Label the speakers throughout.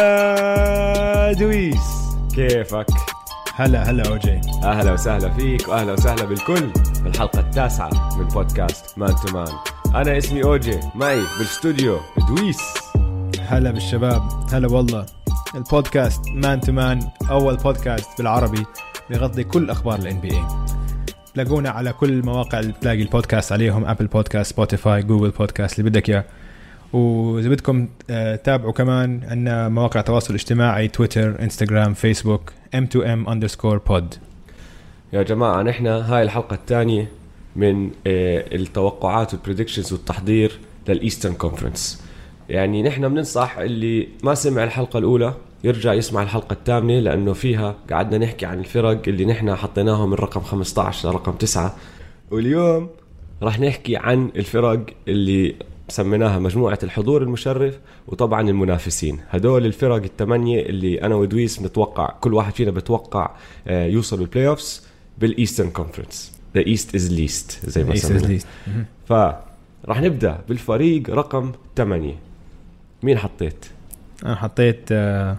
Speaker 1: هلا دويس كيفك؟
Speaker 2: هلا هلا اوجي
Speaker 1: اهلا وسهلا فيك واهلا وسهلا بالكل في الحلقه التاسعه من بودكاست مان تو مان انا اسمي اوجي معي بالاستوديو دويس
Speaker 2: هلا بالشباب هلا والله البودكاست مان تو مان اول بودكاست بالعربي بيغطي كل اخبار الان بي اي تلاقونا على كل مواقع اللي بتلاقي البودكاست عليهم ابل بودكاست سبوتيفاي جوجل بودكاست اللي بدك اياه واذا بدكم آه، تابعوا كمان عندنا مواقع تواصل اجتماعي تويتر انستغرام فيسبوك m2m underscore pod
Speaker 1: يا جماعه نحن هاي الحلقه الثانيه من آه، التوقعات والبريدكشنز والتحضير للايسترن كونفرنس يعني نحن بننصح اللي ما سمع الحلقه الاولى يرجع يسمع الحلقه الثامنه لانه فيها قعدنا نحكي عن الفرق اللي نحن حطيناهم من رقم 15 لرقم 9 واليوم راح نحكي عن الفرق اللي سميناها مجموعة الحضور المشرف وطبعا المنافسين هدول الفرق الثمانية اللي أنا ودويس بنتوقع كل واحد فينا بتوقع آه، يوصل بالبلاي أوفس بالإيسترن كونفرنس ذا إيست إز ليست زي ما سميناها ف راح نبدا بالفريق رقم 8 مين حطيت؟
Speaker 2: انا حطيت آه،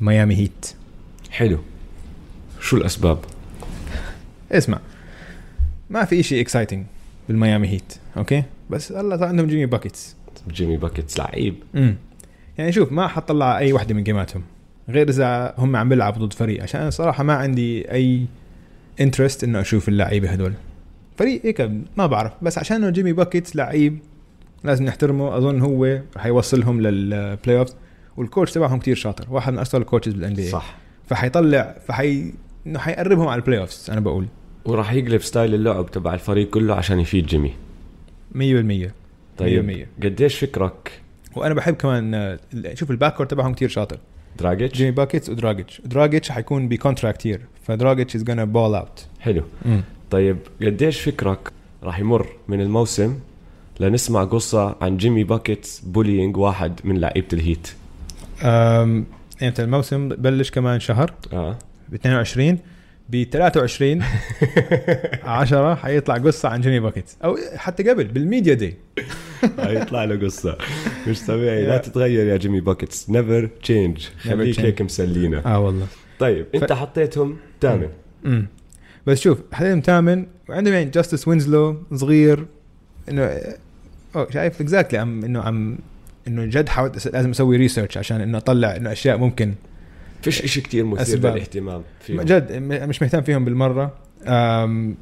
Speaker 2: ميامي هيت
Speaker 1: حلو شو الاسباب؟
Speaker 2: اسمع ما في شيء اكسايتنج بالميامي هيت اوكي بس الله صار عندهم جيمي باكيتس
Speaker 1: جيمي باكيتس لعيب
Speaker 2: امم يعني شوف ما حطلع اي واحده من جيماتهم غير اذا هم عم بيلعبوا ضد فريق عشان أنا صراحه ما عندي اي انترست انه اشوف اللعيبه هدول فريق هيك ما بعرف بس عشان انه جيمي باكيتس لعيب لازم نحترمه اظن هو رح يوصلهم للبلاي اوف والكوتش تبعهم كتير شاطر واحد من اشطر الكوتشز بالان بي
Speaker 1: صح
Speaker 2: فحيطلع فحي انه حيقربهم على البلاي اوفز انا بقول
Speaker 1: وراح يقلب ستايل اللعب تبع الفريق كله عشان يفيد جيمي
Speaker 2: 100%
Speaker 1: طيب
Speaker 2: 100%.
Speaker 1: قديش فكرك
Speaker 2: وانا بحب كمان آه، شوف الباك كورت تبعهم كتير شاطر
Speaker 1: دراجيتش
Speaker 2: جيمي باكيتس ودراجيتش دراجيتش حيكون بكونتراكت يير فدراجيتش از gonna بول اوت
Speaker 1: حلو طيب قديش فكرك راح يمر من الموسم لنسمع قصة عن جيمي باكيتس بولينج واحد من لعيبة الهيت
Speaker 2: امتى يعني الموسم بلش كمان شهر
Speaker 1: اه
Speaker 2: ب 22 ب 23 10 حيطلع قصه عن جيمي باكيتس او حتى قبل بالميديا داي
Speaker 1: هيطلع له قصة مش طبيعي لا
Speaker 2: يا.
Speaker 1: تتغير يا جيمي باكيتس نيفر تشينج خليك
Speaker 2: change.
Speaker 1: هيك مسلينا
Speaker 2: اه والله
Speaker 1: طيب انت حطيتهم تامن
Speaker 2: امم بس شوف حاليا ثامن وعندهم يعني جاستس وينزلو صغير انه أوه شايف اكزاكتلي عم انه عم انه جد حاولت أس- لازم اسوي ريسيرش عشان انه اطلع انه اشياء ممكن
Speaker 1: فيش اشي كتير مثير
Speaker 2: أسباب.
Speaker 1: للاهتمام فيهم
Speaker 2: جد م- مش مهتم فيهم بالمره أم،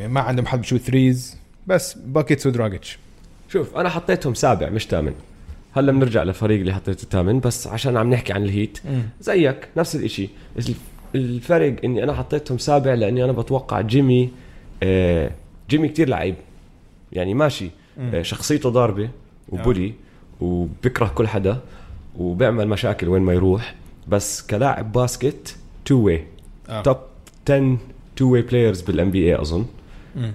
Speaker 2: ما عندهم حد بشوت ثريز بس باكيتس ودراجيتش
Speaker 1: شوف انا حطيتهم سابع مش ثامن هلا بنرجع للفريق اللي حطيته ثامن بس عشان عم نحكي عن الهيت زيك نفس الاشي الف- الفرق اني انا حطيتهم سابع لاني انا بتوقع جيمي آه جيمي كتير لعيب يعني ماشي آه شخصيته ضاربه وبولي وبكره كل حدا وبيعمل مشاكل وين ما يروح بس كلاعب باسكت تو واي
Speaker 2: آه.
Speaker 1: توب 10 تو واي بلايرز بالان بي اي اظن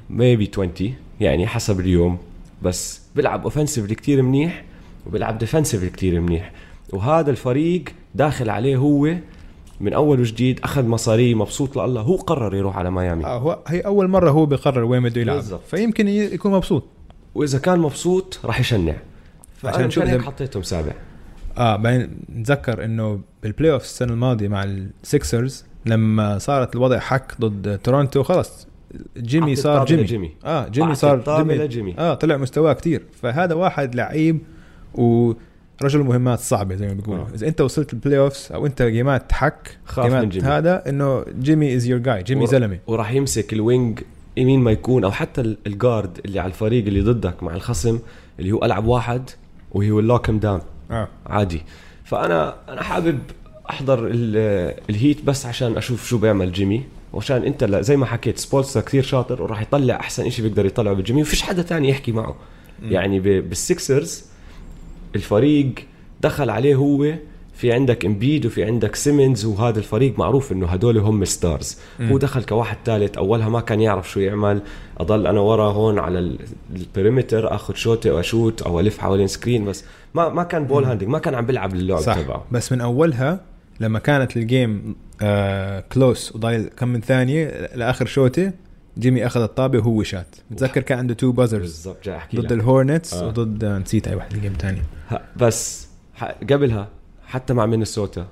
Speaker 1: ميبي 20 يعني حسب اليوم بس بيلعب اوفنسيفلي كتير منيح وبيلعب ديفنسيفلي كتير منيح وهذا الفريق داخل عليه هو من اول وجديد اخذ مصاريه مبسوط لله هو قرر يروح على ميامي
Speaker 2: آه، هو هي اول مره هو بيقرر وين بده يلعب
Speaker 1: بالضبط.
Speaker 2: فيمكن ي- يكون مبسوط
Speaker 1: واذا كان مبسوط راح يشنع
Speaker 2: عشان
Speaker 1: فانا
Speaker 2: نشوف
Speaker 1: عشان هيك
Speaker 2: إذا-
Speaker 1: حطيتهم سابع
Speaker 2: اه بعدين نتذكر انه بالبلاي اوف السنه الماضيه مع السكسرز لما صارت الوضع حك ضد تورونتو خلص جيمي
Speaker 1: أعطي
Speaker 2: صار
Speaker 1: الطابة
Speaker 2: جيمي.
Speaker 1: لجيمي.
Speaker 2: اه جيمي
Speaker 1: أعطي
Speaker 2: صار
Speaker 1: الطابة
Speaker 2: جيمي.
Speaker 1: لجيمي.
Speaker 2: اه طلع مستواه كتير فهذا واحد لعيب ورجل مهمات صعبه زي ما بيقولوا
Speaker 1: آه.
Speaker 2: اذا انت وصلت البلاي اوف او انت جيمات حك
Speaker 1: خاف من
Speaker 2: جيمات
Speaker 1: جيمي.
Speaker 2: هذا انه جيمي از يور جاي جيمي
Speaker 1: ور-
Speaker 2: زلمه
Speaker 1: وراح يمسك الوينج يمين ما يكون او حتى ال- الجارد اللي على الفريق اللي ضدك مع الخصم اللي هو العب واحد وهي ويل لوك داون
Speaker 2: اه
Speaker 1: عادي فانا انا حابب احضر ال- الهيت بس عشان اشوف شو بيعمل جيمي وعشان انت لا- زي ما حكيت سبولسا كثير شاطر وراح يطلع احسن شيء بيقدر يطلعه بجيمي وفيش حدا تاني يحكي معه يعني ب- بالسكسرز الفريق دخل عليه هو في عندك امبيد وفي عندك سيمنز وهذا الفريق معروف انه هدول هم الستارز هو دخل كواحد ثالث اولها ما كان يعرف شو يعمل اضل انا ورا هون على ال- البريمتر اخذ شوتي واشوت او الف حوالين سكرين بس ما ما كان بول هاندنج ما كان عم بيلعب اللعب
Speaker 2: صح
Speaker 1: تبعه
Speaker 2: بس من اولها لما كانت الجيم آه كلوس وضايل كم من ثانيه لاخر شوته جيمي اخذ الطابه وهو شات متذكر كان عنده تو بازرز
Speaker 1: بالضبط جاي احكي
Speaker 2: ضد
Speaker 1: لك
Speaker 2: الهورنتس
Speaker 1: آه.
Speaker 2: وضد آه، نسيت اي واحد جيم ثاني
Speaker 1: ه- بس ح- قبلها حتى مع مينيسوتا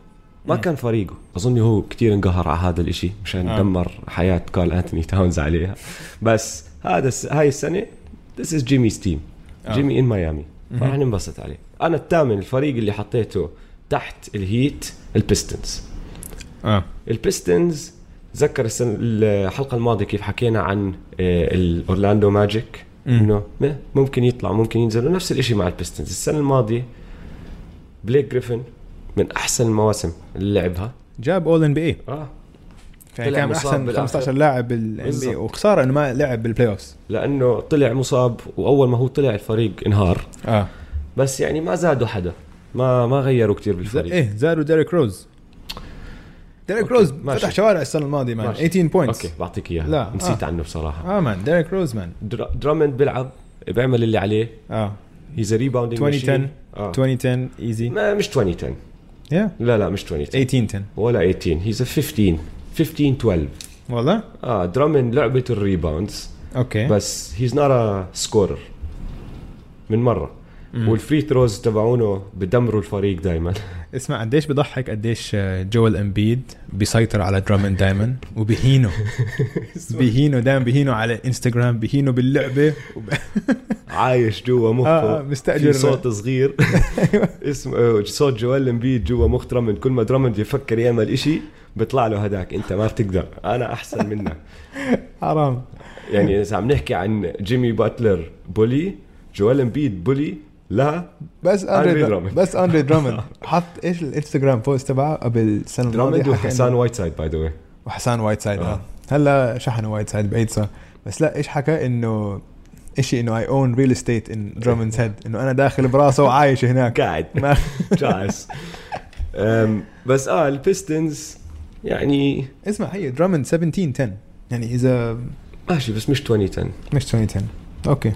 Speaker 1: ما كان فريقه اظن هو كتير انقهر على هذا الاشي مشان
Speaker 2: آه.
Speaker 1: آه. دمر حياه كارل انتوني تاونز عليها بس هذا الس- هاي السنه ذس از جيمي's تيم
Speaker 2: آه.
Speaker 1: جيمي ان ميامي فرح ننبسط عليه انا الثامن الفريق اللي حطيته تحت الهيت البيستنز آه.
Speaker 2: اه
Speaker 1: البيستنز تذكر السنة الحلقة الماضية كيف حكينا عن آه، الأورلاندو ماجيك
Speaker 2: مم.
Speaker 1: انه م- ممكن يطلع ممكن ينزل نفس الشيء مع البيستنز السنة الماضية بليك جريفن من أحسن المواسم اللي لعبها
Speaker 2: جاب اول ان بي اي
Speaker 1: آه
Speaker 2: يعني
Speaker 1: طلع
Speaker 2: كان
Speaker 1: مصاب
Speaker 2: احسن
Speaker 1: بالآخر.
Speaker 2: 15 لاعب بالان بي
Speaker 1: بالظبط.
Speaker 2: وخساره انه ما لعب بالبلاي اوف
Speaker 1: لأنه طلع مصاب وأول ما هو طلع الفريق انهار
Speaker 2: اه
Speaker 1: بس يعني ما زادوا حدا ما ما غيروا كتير
Speaker 2: ز-
Speaker 1: بالفريق
Speaker 2: ايه زادوا ديريك روز ديريك
Speaker 1: أوكي،
Speaker 2: روز
Speaker 1: ماشي.
Speaker 2: فتح شوارع السنه الماضيه مان
Speaker 1: ماشي.
Speaker 2: 18 بوينتس
Speaker 1: أوكي بعطيك إياها
Speaker 2: لا،
Speaker 1: لا. نسيت
Speaker 2: آه.
Speaker 1: آه. عنه بصراحة
Speaker 2: اه مان ديريك روز مان
Speaker 1: در... درامند بيلعب بيعمل اللي عليه
Speaker 2: اه
Speaker 1: هيز ريباوندينج
Speaker 2: 2010
Speaker 1: آه.
Speaker 2: 2010 ايزي
Speaker 1: ما مش 2010
Speaker 2: يا
Speaker 1: لا لا مش 20
Speaker 2: 18 10
Speaker 1: ولا 18 هيز 15 15 12
Speaker 2: والله
Speaker 1: اه درامن لعبه الريباوندز
Speaker 2: اوكي
Speaker 1: بس هيز نوت ا سكورر من مره والفري ثروز تبعونه بدمروا الفريق دائما
Speaker 2: اسمع قديش بضحك قديش آه، جوال امبيد بيسيطر على درامن دايما وبهينه بهينه دايما بهينه على انستغرام بهينه باللعبه وب...
Speaker 1: عايش جوا مخه
Speaker 2: آه، آه، مستأجر. أيوة.
Speaker 1: في صوت صغير اسم آه، صوت جوال امبيد جوا مخ درامن كل ما درامن يفكر يعمل إشي بيطلع له هداك انت ما بتقدر انا احسن منك
Speaker 2: حرام
Speaker 1: يعني اذا عم نحكي عن جيمي باتلر بولي جوال امبيد بولي لا
Speaker 2: بس
Speaker 1: أندري
Speaker 2: اندري درامن
Speaker 1: درامن.
Speaker 2: بس اندري درامن حط ايش الانستغرام بوست تبعه قبل السنه الماضيه
Speaker 1: درامند
Speaker 2: حكى إنه-
Speaker 1: وحسان وايت سايد باي ذا واي
Speaker 2: وحسان وايت سايد
Speaker 1: آه.
Speaker 2: آه. هلا شحنوا وايت سايد بعيد صار بس لا ايش حكى انه اشي انه اي اون ريل استيت ان درامنز هيد انه انا داخل براسه وعايش هناك
Speaker 1: قاعد
Speaker 2: ما
Speaker 1: جالس أم، بس اه البيستنز يعني
Speaker 2: اسمع هي درامن 17 10 يعني اذا
Speaker 1: ماشي بس مش 2010
Speaker 2: مش 20 10 اوكي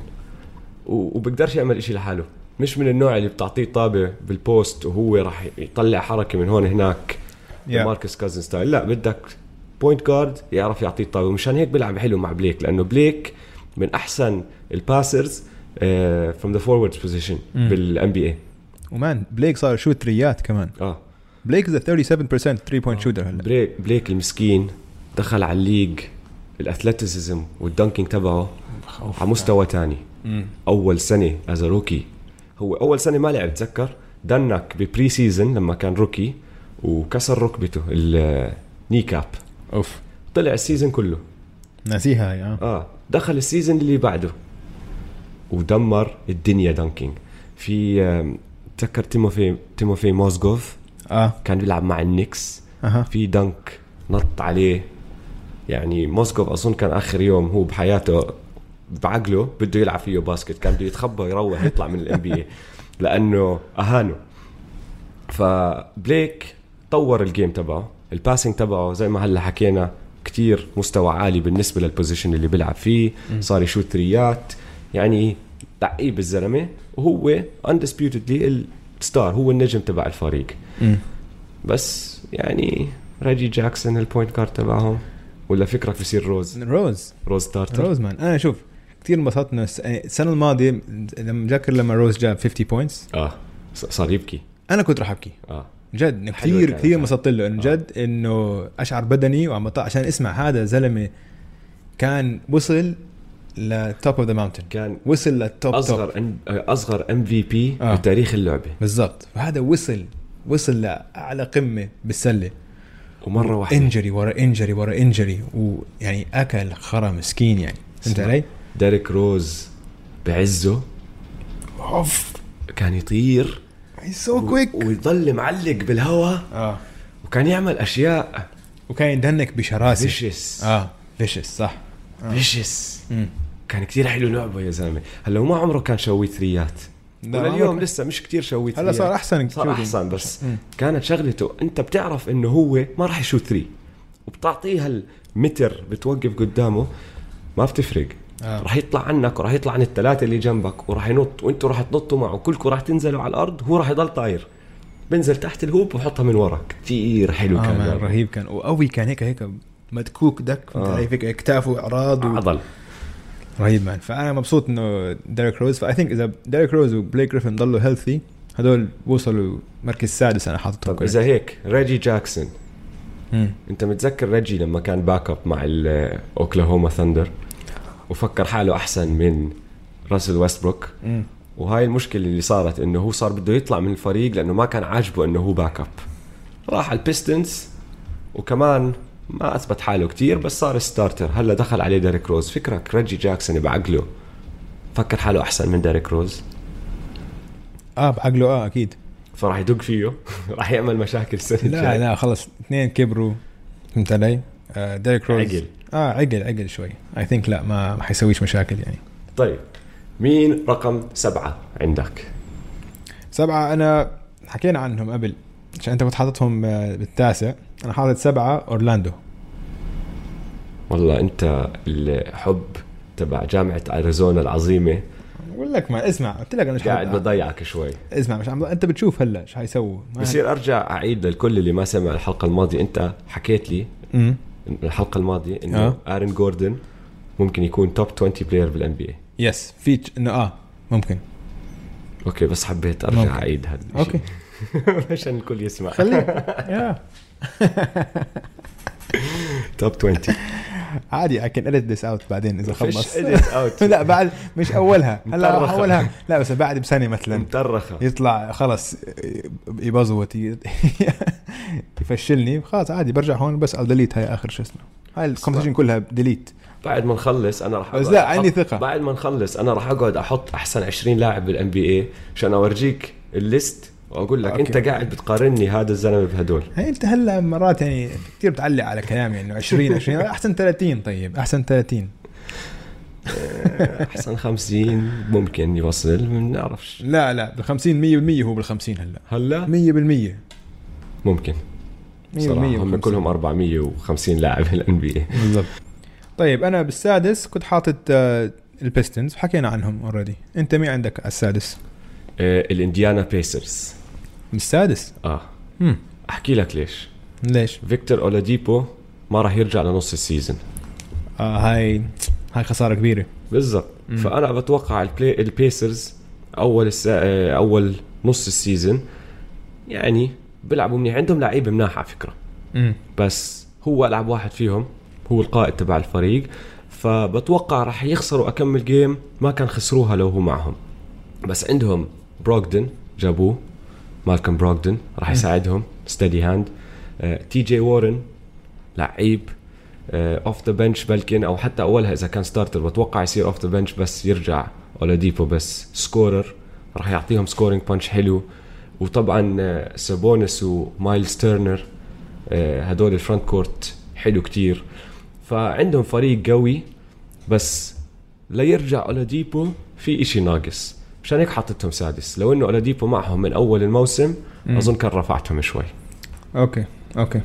Speaker 1: و- وبقدرش يعمل إشي لحاله مش من النوع اللي بتعطيه طابه بالبوست وهو راح يطلع حركه من هون هناك ماركس كازن ستايل لا بدك بوينت جارد يعرف يعطيه الطابه مشان هيك بيلعب حلو مع بليك لانه بليك من احسن الباسرز فروم ذا فورورد بوزيشن
Speaker 2: مم.
Speaker 1: بالان بي اي
Speaker 2: ومان بليك صار شوت ثريات كمان
Speaker 1: اه
Speaker 2: بليك از 37% 3 بوينت
Speaker 1: آه.
Speaker 2: شوتر هلا
Speaker 1: بريك بليك المسكين دخل على الليج الاثلتيزم والدنكينج تبعه على مستوى تاني اول سنه از روكي هو اول سنه ما لعب تذكر دنك ببري سيزن لما كان روكي وكسر ركبته الني كاب
Speaker 2: اوف
Speaker 1: طلع السيزن كله
Speaker 2: ناسيها هاي اه
Speaker 1: اه دخل السيزن اللي بعده ودمر الدنيا دنكينج في آم، تذكر تيموفي تيموفي موزغوف
Speaker 2: اه
Speaker 1: كان بيلعب مع النكس
Speaker 2: اها
Speaker 1: في دنك نط عليه يعني موسكوف اظن كان اخر يوم هو بحياته بعقله بده يلعب فيه باسكت كان بده يتخبى يروح يطلع من الام بي لانه اهانه فبليك طور الجيم تبعه الباسنج تبعه زي ما هلا حكينا كتير مستوى عالي بالنسبه للبوزيشن اللي بيلعب فيه صار يشوت ثريات يعني لعيب الزلمه وهو اندسبيوتدلي الستار هو النجم تبع الفريق
Speaker 2: مم.
Speaker 1: بس يعني ريجي جاكسون البوينت كارد تبعهم ولا فكرك بصير روز
Speaker 2: روز
Speaker 1: روز تارتر
Speaker 2: روز مان انا شوف كثير انبسطت انه الس- يعني السنه الماضيه لما جاكر لما روز جاب 50 بوينتس
Speaker 1: اه ص- صار يبكي
Speaker 2: انا كنت راح ابكي
Speaker 1: اه
Speaker 2: جد إنه
Speaker 1: حلوة
Speaker 2: كثير
Speaker 1: كانت. آه.
Speaker 2: كثير انبسطت له انه جد انه اشعر بدني وعم بطلع عشان اسمع هذا زلمه كان وصل لتوب اوف ذا ماونتن
Speaker 1: كان
Speaker 2: وصل للتوب توب
Speaker 1: اصغر أم... اصغر ام في بي
Speaker 2: آه.
Speaker 1: بتاريخ اللعبه
Speaker 2: بالضبط فهذا وصل وصل لاعلى قمه بالسله
Speaker 1: ومره واحده
Speaker 2: انجري ورا انجري ورا انجري ويعني اكل خرا مسكين يعني فهمت
Speaker 1: اسمع.
Speaker 2: علي؟
Speaker 1: ديريك روز بعزه
Speaker 2: اوف
Speaker 1: كان يطير
Speaker 2: سو كويك
Speaker 1: ويضل معلق بالهواء
Speaker 2: اه
Speaker 1: وكان يعمل اشياء
Speaker 2: وكان يدنك بشراسه
Speaker 1: فيشس
Speaker 2: اه فيشس صح
Speaker 1: فيشس
Speaker 2: مم.
Speaker 1: كان كتير حلو لعبه يا زلمه هلا هو ما عمره كان شوي ثريات
Speaker 2: لا، ما
Speaker 1: لليوم
Speaker 2: عمره-
Speaker 1: لسه مش كتير شوي
Speaker 2: هلا
Speaker 1: ثريات.
Speaker 2: صار احسن
Speaker 1: صار
Speaker 2: shooting.
Speaker 1: احسن بس
Speaker 2: مم.
Speaker 1: كانت شغلته انت بتعرف انه هو ما راح يشوت ثري وبتعطيها المتر بتوقف قدامه ما بتفرق
Speaker 2: آه.
Speaker 1: آه. راح يطلع عنك وراح يطلع عن الثلاثه اللي جنبك وراح ينط وانتوا راح تنطوا معه كلكم راح تنزلوا على الارض هو راح يضل طاير بنزل تحت الهوب وحطها من وراك كثير حلو
Speaker 2: اه
Speaker 1: كان
Speaker 2: مان
Speaker 1: لعبه.
Speaker 2: رهيب كان وقوي كان هيك هيك مدكوك دك فهمت
Speaker 1: آه.
Speaker 2: علي فيك اكتافه اعراض و...
Speaker 1: عضل
Speaker 2: رهيب مان فانا مبسوط انه ديريك روز فاي ثينك اذا ديريك روز وبليك جريفن ضلوا هيلثي هدول وصلوا مركز سادس انا حاططهم
Speaker 1: طب
Speaker 2: كلهم.
Speaker 1: اذا طيب، هيك ريجي جاكسون
Speaker 2: مم.
Speaker 1: انت متذكر ريجي لما كان باك اب مع ال- اوكلاهوما ثندر وفكر حاله احسن من راسل ويستبروك
Speaker 2: مم.
Speaker 1: وهاي المشكله اللي صارت انه هو صار بده يطلع من الفريق لانه ما كان عاجبه انه هو باك اب راح البيستنز وكمان ما اثبت حاله كتير بس صار ستارتر هلا دخل عليه ديريك روز فكرك ريجي جاكسون بعقله فكر حاله احسن من ديريك روز
Speaker 2: اه بعقله اه اكيد
Speaker 1: فراح يدق فيه راح يعمل مشاكل السنه
Speaker 2: لا
Speaker 1: الجاية.
Speaker 2: لا خلص يعني اثنين كبروا فهمت علي؟ آه ديريك روز
Speaker 1: عقل.
Speaker 2: اه عقل عقل شوي اي ثينك لا ما ما حيسويش مشاكل يعني
Speaker 1: طيب مين رقم سبعة عندك؟
Speaker 2: سبعة أنا حكينا عنهم قبل عشان أنت كنت حاططهم آه، بالتاسع أنا حاطط سبعة أورلاندو
Speaker 1: والله انت الحب تبع جامعة اريزونا العظيمة
Speaker 2: بقول لك ما اسمع قلت لك أنا مش
Speaker 1: قاعد
Speaker 2: حاطط-
Speaker 1: بضيعك شوي
Speaker 2: اسمع مش عم أنت بتشوف هلا ايش حيسووا ما-
Speaker 1: بصير ارجع اعيد للكل اللي ما سمع الحلقة الماضية انت حكيت لي
Speaker 2: أمم.
Speaker 1: الحلقة الماضية انه
Speaker 2: آه.
Speaker 1: ارن جوردن ممكن يكون توب 20 بلاير بالان بي اي
Speaker 2: يس في ج- إنه آه ممكن
Speaker 1: اوكي بس حبيت ارجع
Speaker 2: ممكن.
Speaker 1: ممكن. اعيد هذا الشيء.
Speaker 2: أوكي
Speaker 1: عشان الكل يسمع
Speaker 2: خليه
Speaker 1: توب 20
Speaker 2: عادي I can edit this out بعدين إذا
Speaker 1: فيش
Speaker 2: خلص
Speaker 1: edit out.
Speaker 2: لا بعد مش أولها هلا
Speaker 1: مطرخة.
Speaker 2: أولها لا بس بعد بسنة مثلا
Speaker 1: مطرخة
Speaker 2: يطلع خلص يبزوت ي- يفشلني خلاص عادي برجع هون بس ديليت هاي اخر شو اسمه هاي الكونفرسيشن كلها ديليت
Speaker 1: بعد ما نخلص انا راح
Speaker 2: بس
Speaker 1: أقعد
Speaker 2: لا، عندي
Speaker 1: أحط-
Speaker 2: ثقة.
Speaker 1: بعد ما نخلص انا راح اقعد احط احسن 20 لاعب بالان بي اي عشان اورجيك الليست واقول لك
Speaker 2: أوكي.
Speaker 1: انت قاعد بتقارني هذا الزلمه بهدول
Speaker 2: هي انت هلا مرات يعني كثير بتعلق على يعني كلامي انه 20 20 احسن 30 طيب احسن 30
Speaker 1: احسن 50 ممكن يوصل ما بنعرفش
Speaker 2: لا لا بال 50 100% هو بال 50 هلا
Speaker 1: هلا
Speaker 2: 100% 100%
Speaker 1: ممكن صراحه هم كلهم 450 لاعب بالان بي اي
Speaker 2: بالضبط طيب انا بالسادس كنت حاطط آه، البيستنز حكينا عنهم اوريدي انت مين عندك على السادس
Speaker 1: الانديانا آه، بيسرز
Speaker 2: بالسادس
Speaker 1: اه
Speaker 2: مم.
Speaker 1: احكي لك ليش
Speaker 2: ليش
Speaker 1: فيكتور اولاديبو ما راح يرجع لنص السيزون
Speaker 2: آه هاي هاي خساره كبيره
Speaker 1: بالضبط فانا بتوقع البلاي البيسرز اول الس... آه، اول نص السيزون يعني بيلعبوا منيح عندهم لعيبه مناح على فكره
Speaker 2: امم
Speaker 1: بس هو العب واحد فيهم هو القائد تبع الفريق فبتوقع راح يخسروا اكمل جيم ما كان خسروها لو هو معهم بس عندهم بروغدن جابوه مالكم بروغدن راح يساعدهم آه، ستدي هاند تي جي وارن لعيب اوف ذا بنش بلكن او حتى اولها اذا كان ستارتر بتوقع يصير اوف ذا بنش بس يرجع اولاديبو بس سكورر راح يعطيهم سكورينج بانش حلو وطبعا آه، سابونس ومايلز تيرنر آه، هدول الفرونت كورت حلو كتير فعندهم فريق قوي بس ليرجع اولاديبو في اشي ناقص مشان هيك حطيتهم سادس لو انه اولاديبو معهم من اول الموسم
Speaker 2: مم.
Speaker 1: اظن كان رفعتهم شوي
Speaker 2: اوكي اوكي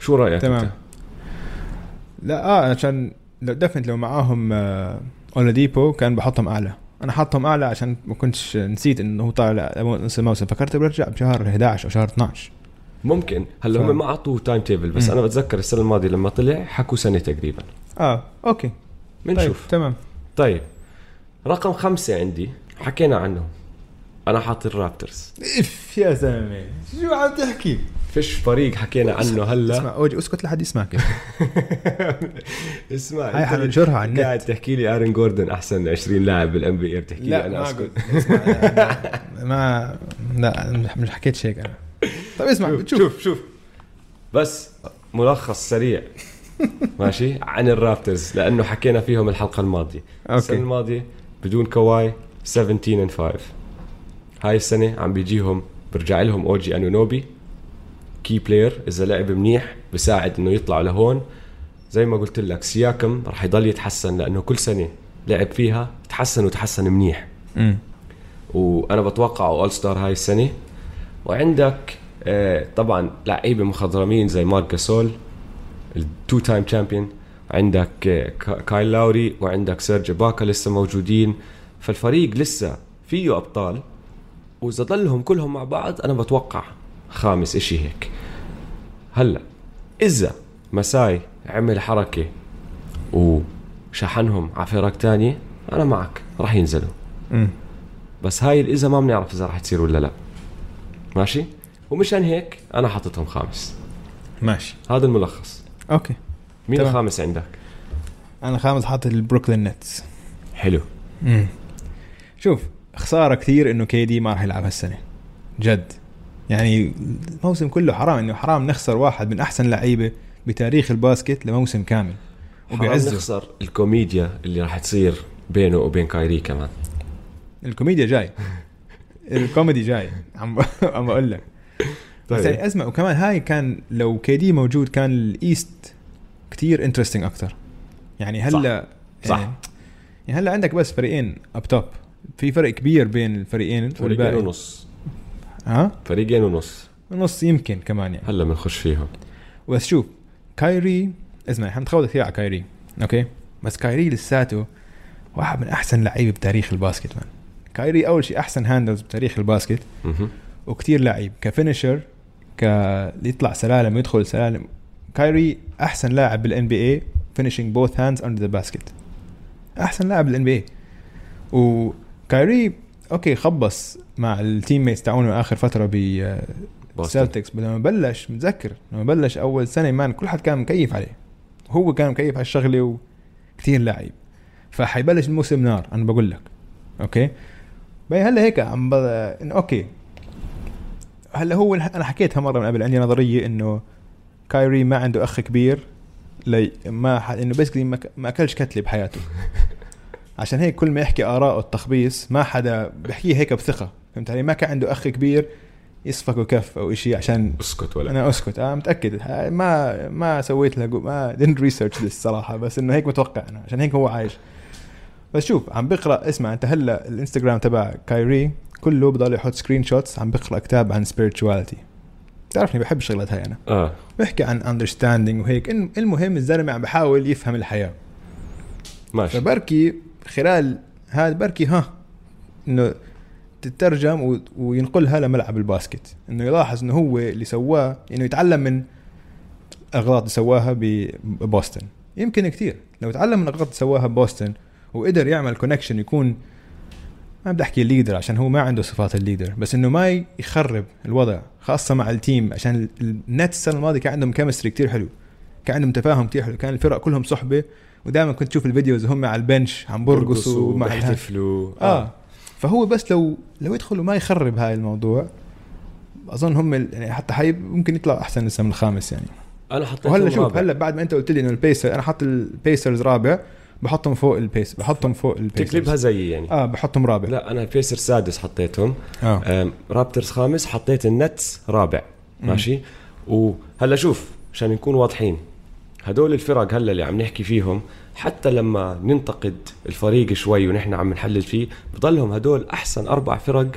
Speaker 1: شو رايك
Speaker 2: تمام
Speaker 1: أنت؟
Speaker 2: لا اه عشان لو دفنت لو معاهم آه، اولاديبو كان بحطهم اعلى انا حاطهم اعلى عشان ما كنتش نسيت انه هو طالع نص الموسم فكرت برجع بشهر 11 او شهر 12
Speaker 1: ممكن هلا
Speaker 2: فاهم.
Speaker 1: هم ما اعطوه تايم تيبل بس
Speaker 2: مم.
Speaker 1: انا بتذكر السنه الماضيه لما طلع حكوا سنه تقريبا
Speaker 2: اه اوكي طيب
Speaker 1: بنشوف
Speaker 2: تمام
Speaker 1: طيب. رقم خمسة عندي حكينا عنه انا حاطط الرابترز
Speaker 2: اف يا زلمه شو عم تحكي
Speaker 1: فيش فريق حكينا عنه هلا
Speaker 2: اسمع اوجي اسكت لحد يسمعك
Speaker 1: اسمع
Speaker 2: هاي
Speaker 1: أنت
Speaker 2: حننشرها على النت.
Speaker 1: قاعد تحكي لي ارن جوردن احسن 20 لاعب بالان بي اي بتحكي لي انا اسكت
Speaker 2: ما لا مش حكيت هيك انا طيب اسمع بتشوف
Speaker 1: شوف شوف بس ملخص سريع ماشي عن الرابترز لانه حكينا فيهم الحلقه الماضيه السنه
Speaker 2: أوكي.
Speaker 1: الماضيه بدون كواي 17 and 5 هاي السنه عم بيجيهم برجع لهم اوجي انونوبي كي بلاير اذا لعب منيح بساعد انه يطلعوا لهون زي ما قلت لك سياكم رح يضل يتحسن لانه كل سنه لعب فيها تحسن وتحسن منيح
Speaker 2: مم.
Speaker 1: وانا بتوقع اول ستار هاي السنه وعندك آه، طبعا لعيبه مخضرمين زي مارك سول التو تايم تشامبيون عندك آه، كا- كايل لاوري وعندك سيرج باكا لسه موجودين فالفريق لسه فيه ابطال واذا ضلهم كلهم مع بعض انا بتوقع خامس اشي هيك هلا اذا مساي عمل حركه وشحنهم على فرق تانية انا معك راح ينزلوا
Speaker 2: مم.
Speaker 1: بس هاي الاذا ما بنعرف اذا رح تصير ولا لا ماشي ومشان هيك انا حاططهم خامس
Speaker 2: ماشي
Speaker 1: هذا الملخص
Speaker 2: اوكي
Speaker 1: مين
Speaker 2: تمام.
Speaker 1: الخامس عندك
Speaker 2: انا خامس حاطط البروكلين نتس
Speaker 1: حلو
Speaker 2: شوف خساره كثير انه كي دي ما راح يلعب هالسنه جد يعني الموسم كله حرام انه حرام نخسر واحد من احسن لعيبه بتاريخ الباسكت لموسم كامل
Speaker 1: وبعز
Speaker 2: وبيعزه
Speaker 1: نخسر الكوميديا اللي رح تصير بينه وبين كايري كمان
Speaker 2: الكوميديا جاي الكوميدي جاي عم ب- عم بقول لك
Speaker 1: طيب.
Speaker 2: بس يعني ازمه وكمان هاي كان لو كي دي موجود كان الايست كتير انترستنج اكثر يعني هلا
Speaker 1: صح.
Speaker 2: يعني, يعني هلا عندك بس فريقين اب توب في فرق كبير بين الفريقين
Speaker 1: فريقين ونص
Speaker 2: ها
Speaker 1: فريقين ونص
Speaker 2: نص يمكن كمان يعني
Speaker 1: هلا بنخش فيهم
Speaker 2: بس شوف كايري اسمع احنا بنتخوض كثير على كايري اوكي بس كايري لساته واحد من احسن لعيبه بتاريخ الباسكت مان كايري اول شيء احسن هاندلز بتاريخ الباسكت
Speaker 1: مهم.
Speaker 2: وكتير لعيب كفينشر ك يطلع سلالم يدخل سلالم كايري احسن لاعب بالان بي اي فينيشينج بوث هاندز اندر ذا باسكت احسن لاعب بالان بي اي وكايري اوكي خبص مع التيم ميتس تاعونه اخر فتره ب
Speaker 1: بوستن.
Speaker 2: سيلتكس لما بلش متذكر لما بلش اول سنه مان كل حد كان مكيف عليه هو كان مكيف على الشغله وكثير لعيب فحيبلش الموسم نار انا بقول لك اوكي بي هلا هيك عم ب... إن اوكي هلا هو انا حكيتها مره من قبل عندي نظريه انه كايري ما عنده اخ كبير لي ما ح... انه بيسكلي ما... ك- ما اكلش كتله بحياته عشان هيك كل ما يحكي اراءه التخبيص ما حدا بحكيه هيك بثقه فهمت علي ما كان عنده اخ كبير يصفقه كف او شيء عشان
Speaker 1: اسكت ولا
Speaker 2: انا اسكت انا متاكد ها- ما ما سويت له جو- ما didn't research this صراحه بس انه هيك متوقع انا عشان هيك هو عايش بس شوف عم بقرا اسمع انت هلا الانستغرام تبع كايري كله بضل يحط سكرين شوتس عم بقرا كتاب عن spirituality بتعرفني بحب الشغلات هاي انا
Speaker 1: اه
Speaker 2: بحكي عن understanding وهيك الم- المهم الزلمه عم بحاول يفهم الحياه
Speaker 1: ماشي
Speaker 2: فبركي خلال هذا بركي ها انه تترجم و- وينقلها لملعب الباسكت انه يلاحظ انه هو اللي سواه انه يتعلم من اغلاط اللي سواها ببوسطن يمكن كثير لو تعلم من اغلاط اللي سواها ببوسطن وقدر يعمل كونكشن يكون ما بدي احكي ليدر عشان هو ما عنده صفات الليدر بس انه ما يخرب الوضع خاصه مع التيم عشان ال- النت السنه الماضيه كان عندهم كيمستري كتير حلو كان عندهم تفاهم كتير حلو كان الفرق كلهم صحبه ودائما كنت تشوف الفيديوز هم على البنش عم برقصوا مع الهاك.
Speaker 1: بيحتفلوا
Speaker 2: اه فهو بس لو لو يدخل وما يخرب هاي الموضوع اظن هم ال- يعني حتى حي ممكن يطلع احسن لسه من الخامس يعني
Speaker 1: انا حطيتهم
Speaker 2: وهلا شوف
Speaker 1: رابع.
Speaker 2: هلا بعد ما انت قلت لي انه البيسر انا حاط البيسرز رابع بحطهم فوق البيس بحطهم فوق
Speaker 1: تكلبها
Speaker 2: البيسرز
Speaker 1: زيي يعني
Speaker 2: اه بحطهم رابع
Speaker 1: لا انا بيسر سادس حطيتهم
Speaker 2: اه
Speaker 1: آم، رابترز خامس حطيت النتس رابع ماشي وهلا شوف عشان نكون واضحين هدول الفرق هلا اللي عم نحكي فيهم حتى لما ننتقد الفريق شوي ونحن عم نحلل فيه بضلهم هدول احسن اربع فرق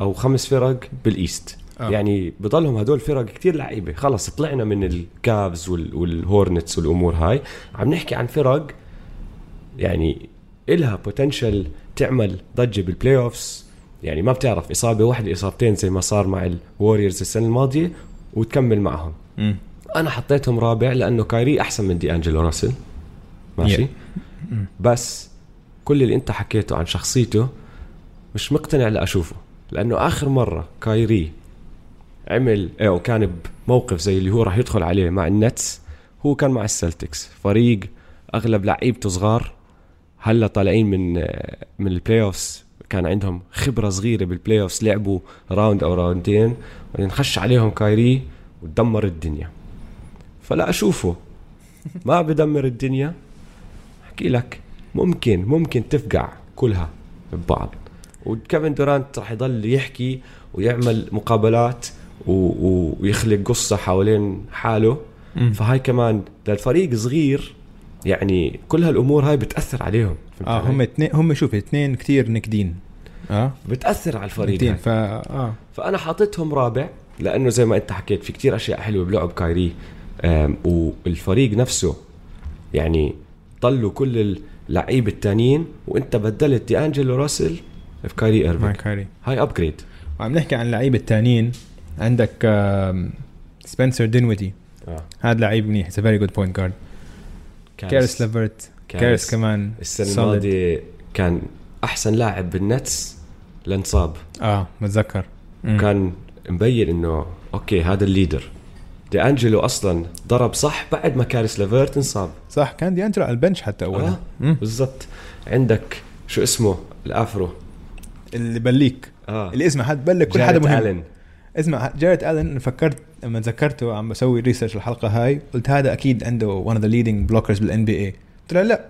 Speaker 1: او خمس فرق بالايست
Speaker 2: آه.
Speaker 1: آه. يعني بضلهم هدول فرق كتير لعيبه خلص طلعنا من الكافز وال- والهورنتس والامور هاي عم نحكي عن فرق يعني إلها بوتنشل تعمل ضجه بالبلاي اوفس يعني ما بتعرف اصابه واحده اصابتين زي ما صار مع الوريورز السنه الماضيه وتكمل معهم
Speaker 2: مم.
Speaker 1: انا حطيتهم رابع لانه كايري احسن من دي انجلو راسل ماشي
Speaker 2: Yeah. مم.
Speaker 1: بس كل اللي انت حكيته عن شخصيته مش مقتنع لاشوفه لانه اخر مره كايري عمل او كان بموقف زي اللي هو راح يدخل عليه مع النتس هو كان مع السلتكس فريق اغلب لعيبته صغار هلا طالعين من من البلاي اوفس كان عندهم خبره صغيره بالبلاي اوفس لعبوا راوند او راوندين بعدين خش عليهم كايري ودمر الدنيا فلا اشوفه ما بدمر الدنيا احكي لك ممكن ممكن تفقع كلها ببعض وكيفن دورانت رح يضل يحكي ويعمل مقابلات و... و... ويخلق قصه حوالين حاله
Speaker 2: مم.
Speaker 1: فهاي كمان للفريق صغير يعني كل هالامور هاي بتاثر عليهم فهمت
Speaker 2: اه
Speaker 1: علي؟
Speaker 2: هم اثنين هم شوف اثنين كثير نكدين اه
Speaker 1: بتاثر على الفريق
Speaker 2: نكدين
Speaker 1: هاي.
Speaker 2: ف اه
Speaker 1: فانا حاطتهم رابع لانه زي ما انت حكيت في كتير اشياء حلوه بلعب كايري أم، والفريق نفسه يعني طلوا كل اللعيبه التانيين وانت بدلت دي انجلو راسل بكايري
Speaker 2: مع
Speaker 1: ايرفينج
Speaker 2: كاري
Speaker 1: هاي ابجريد
Speaker 2: وعم نحكي عن اللعيبه التانيين عندك آم، سبنسر دينويدي
Speaker 1: آه.
Speaker 2: هذا لعيب منيح اتس فيري جود بوينت جارد كارس ليفرت كارس كمان
Speaker 1: السنه
Speaker 2: solid.
Speaker 1: الماضيه كان احسن لاعب بالنتس لانصاب
Speaker 2: اه بتذكر
Speaker 1: كان مبين انه اوكي هذا الليدر دي انجلو اصلا ضرب صح بعد ما كاريس لافيرت انصاب
Speaker 2: صح كان دي انجلو على البنش حتى
Speaker 1: اه
Speaker 2: اولها مم.
Speaker 1: بالضبط عندك شو اسمه الافرو
Speaker 2: اللي بليك
Speaker 1: اه
Speaker 2: اللي اسمه حد بلك كل حدا
Speaker 1: جاريت
Speaker 2: مهم
Speaker 1: آلن.
Speaker 2: اسمع جاريت الن فكرت لما تذكرته عم بسوي ريسيرش الحلقه هاي قلت هذا اكيد عنده ون اوف ذا ليدنج بلوكرز بالان بي اي طلع لا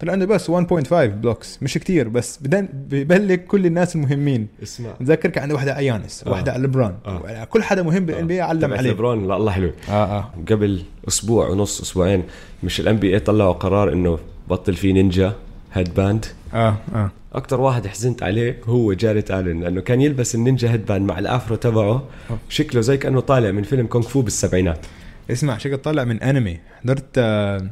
Speaker 2: طلع عنده بس 1.5 بلوكس مش كتير بس بدن ببلك كل الناس المهمين
Speaker 1: اسمع
Speaker 2: نذكر كان عنده واحده على يانس
Speaker 1: آه.
Speaker 2: واحده على لبران
Speaker 1: آه.
Speaker 2: وعلى كل حدا مهم بالان بي اي علم
Speaker 1: تبعت
Speaker 2: عليه
Speaker 1: لبرون لا الله حلو
Speaker 2: اه
Speaker 1: آه.
Speaker 2: اه
Speaker 1: قبل اسبوع ونص اسبوعين مش الان بي اي طلعوا قرار انه بطل في نينجا هيد باند
Speaker 2: اه اه
Speaker 1: اكثر واحد حزنت عليه هو جاريت الن لانه كان يلبس النينجا هيد باند مع الافرو تبعه شكله زي كانه طالع من فيلم كونغ فو بالسبعينات
Speaker 2: اسمع شكل طلع من انمي حضرت آه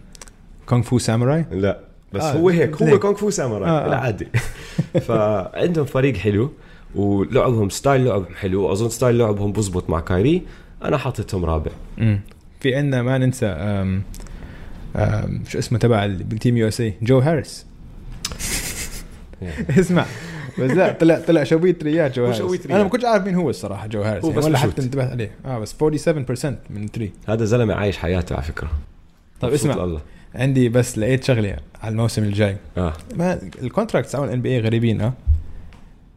Speaker 2: كونغ فو ساموراي
Speaker 1: لا بس
Speaker 2: آه،
Speaker 1: آه هو هيك
Speaker 2: ليه؟
Speaker 1: هو كونغ فو ساموراي
Speaker 2: آه، آه.
Speaker 1: آه. لا عادي فعندهم فريق حلو ولعبهم ستايل لعبهم حلو واظن ستايل لعبهم بزبط مع كايري انا حاطتهم رابع
Speaker 2: مم. في عندنا ما ننسى آم آم شو اسمه تبع ال- بالتيم يو اس اي جو هاريس اسمع بس لا طلع طلع شويت ريال جو
Speaker 1: هو
Speaker 2: هاريس
Speaker 1: شويت ريال.
Speaker 2: انا ما كنتش عارف مين هو الصراحه جو هاريس
Speaker 1: هو
Speaker 2: يعني
Speaker 1: بس
Speaker 2: ولا
Speaker 1: بشوت.
Speaker 2: حتى انتبهت عليه اه بس 47% من 3
Speaker 1: هذا زلمه عايش حياته على فكره
Speaker 2: طيب
Speaker 1: مبسوط
Speaker 2: اسمع.
Speaker 1: الله
Speaker 2: عندي بس لقيت شغله على الموسم الجاي
Speaker 1: اه
Speaker 2: ما الكونتراكتس تاعون الان بي اي غريبين اه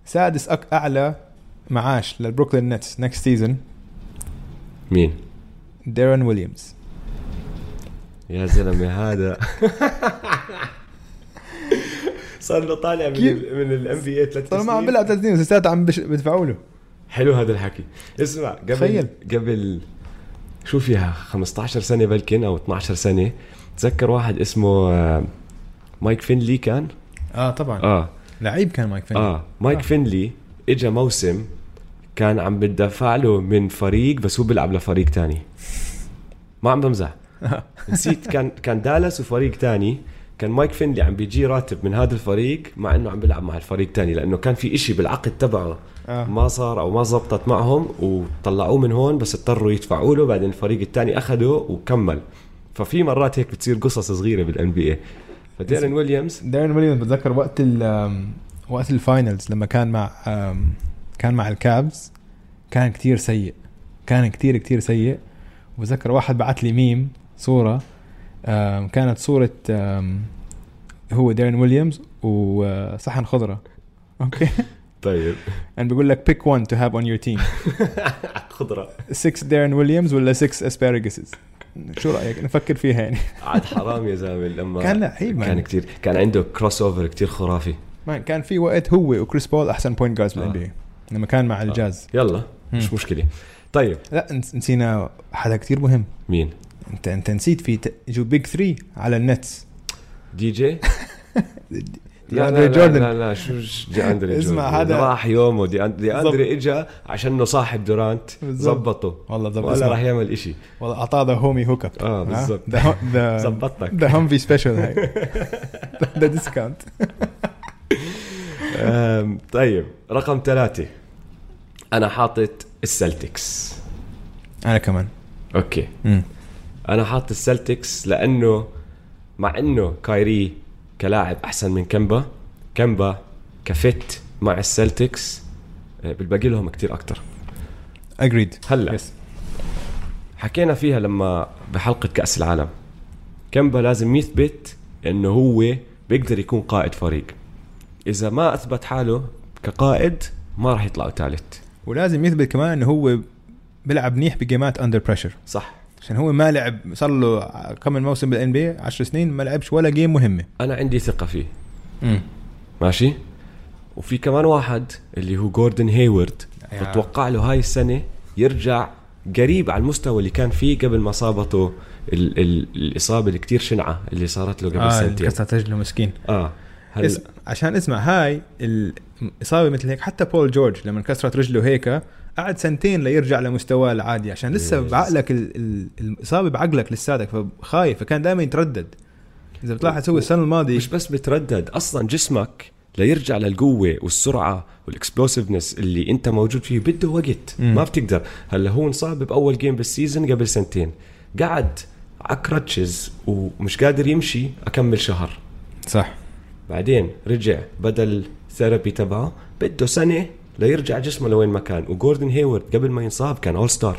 Speaker 2: سادس أك اعلى معاش للبروكلين نتس نكست سيزون
Speaker 1: مين
Speaker 2: ديرن ويليامز
Speaker 1: يا زلمه هذا صار له طالع من
Speaker 2: كيف؟
Speaker 1: ال من الام بي اي ثلاث
Speaker 2: طلع طيب ما عم بيلعب ثلاث سنين بس لساته عم بش- بدفعوا له
Speaker 1: حلو هذا الحكي اسمع قبل
Speaker 2: تخيل.
Speaker 1: قبل شو فيها 15 سنه بلكن او 12 سنه تذكر واحد اسمه آه، مايك فينلي كان
Speaker 2: اه طبعا
Speaker 1: اه
Speaker 2: لعيب كان مايك فينلي
Speaker 1: اه مايك
Speaker 2: آه.
Speaker 1: فينلي اجى موسم كان عم بتدفع له من فريق بس هو بيلعب لفريق تاني ما عم بمزح نسيت كان كان دالاس وفريق تاني كان مايك فينلي عم بيجي راتب من هذا الفريق مع انه عم بيلعب مع الفريق تاني لانه كان في اشي بالعقد تبعه
Speaker 2: آه.
Speaker 1: ما صار او ما زبطت معهم وطلعوه من هون بس اضطروا يدفعوا له بعدين الفريق الثاني اخده وكمل ففي مرات هيك بتصير قصص صغيره بالان بي اي فديرن ويليامز
Speaker 2: دارين ويليامز بتذكر وقت ال وقت الفاينلز لما كان مع آم، كان مع الكابز كان كتير سيء كان كتير كتير سيء وبتذكر واحد بعت لي ميم صورة آم، كانت صورة آم، هو دارين ويليامز وصحن خضرة اوكي
Speaker 1: طيب
Speaker 2: and بقول لك pick one to have on your team
Speaker 1: خضره
Speaker 2: 6 دارين ويليامز ولا 6 اسبارجسز شو رايك نفكر فيها يعني
Speaker 1: عاد حرام يا زلمه لما
Speaker 2: كان لعيب يعني.
Speaker 1: كان
Speaker 2: مان.
Speaker 1: كثير كان عنده كروس اوفر كثير خرافي
Speaker 2: مان كان في وقت هو وكريس بول احسن بوينت جاردز بالان بي لما كان مع الجاز
Speaker 1: يلا مش
Speaker 2: مم.
Speaker 1: مشكله طيب
Speaker 2: لا نس- نسينا حدا كتير مهم
Speaker 1: مين
Speaker 2: انت انت نسيت في ت- جو بيج ثري على النتس
Speaker 1: دي جي
Speaker 2: دي اندري جوردن
Speaker 1: لا لا شو شو دي اندري
Speaker 2: اسمع
Speaker 1: جوردن؟
Speaker 2: هذا-
Speaker 1: راح يومه دي, أند- دي
Speaker 2: بالضبط.
Speaker 1: اندري اجى عشانه صاحب دورانت
Speaker 2: بالضبط.
Speaker 1: زبطه
Speaker 2: والله بالضبط
Speaker 1: ولا راح
Speaker 2: اسمع.
Speaker 1: يعمل إشي
Speaker 2: والله اعطاه ذا هومي هوك اب
Speaker 1: اه بالضبط
Speaker 2: ذا
Speaker 1: زبطتك
Speaker 2: ذا هومفي سبيشال هاي ذا ديسكاونت
Speaker 1: أم، طيب رقم ثلاثة انا حاطط السلتكس
Speaker 2: انا كمان
Speaker 1: اوكي
Speaker 2: مم.
Speaker 1: انا حاط السلتكس لانه مع انه كايري كلاعب احسن من كمبا كمبا كفت مع السلتكس آه، بالباقي لهم كتير اكتر
Speaker 2: اجريد
Speaker 1: هلا
Speaker 2: يس
Speaker 1: حكينا فيها لما بحلقه كاس العالم كمبا لازم يثبت انه هو بيقدر يكون قائد فريق اذا ما اثبت حاله كقائد ما راح يطلعوا ثالث
Speaker 2: ولازم يثبت كمان انه هو بيلعب منيح بجيمات اندر بريشر
Speaker 1: صح
Speaker 2: عشان هو ما لعب صار له كم من موسم بالان بي 10 سنين ما لعبش ولا آه، جيم مهمه
Speaker 1: انا عندي ثقه فيه ماشي وفي كمان واحد اللي هو جوردن هيورد
Speaker 2: يا.
Speaker 1: بتوقع له هاي السنه يرجع قريب على المستوى اللي كان فيه قبل ما صابته ال ال الاصابه اللي كتير شنعه اللي صارت له قبل
Speaker 2: اه
Speaker 1: سنتين
Speaker 2: كسرت رجله مسكين
Speaker 1: اه هلا
Speaker 2: اسم عشان اسمع هاي الاصابه مثل هيك حتى بول جورج لما انكسرت رجله هيك قعد سنتين ليرجع لمستواه العادي عشان لسه
Speaker 1: Yes.
Speaker 2: بعقلك ال- ال- الاصابه بعقلك لساتك فخايف فكان دائما يتردد اذا بتلاحظ هو السنه الماضيه
Speaker 1: مش بس بتردد اصلا جسمك ليرجع للقوه والسرعه والاكسبلوسيفنس اللي انت موجود فيه بده وقت
Speaker 2: مم.
Speaker 1: ما بتقدر هلا هو انصاب باول جيم بالسيزون قبل سنتين قعد على كراتشز ومش قادر يمشي اكمل شهر
Speaker 2: صح
Speaker 1: بعدين رجع بدل ثيرابي تبعه بده سنه ليرجع جسمه لوين ما كان وجوردن هيورد قبل ما ينصاب كان اول ستار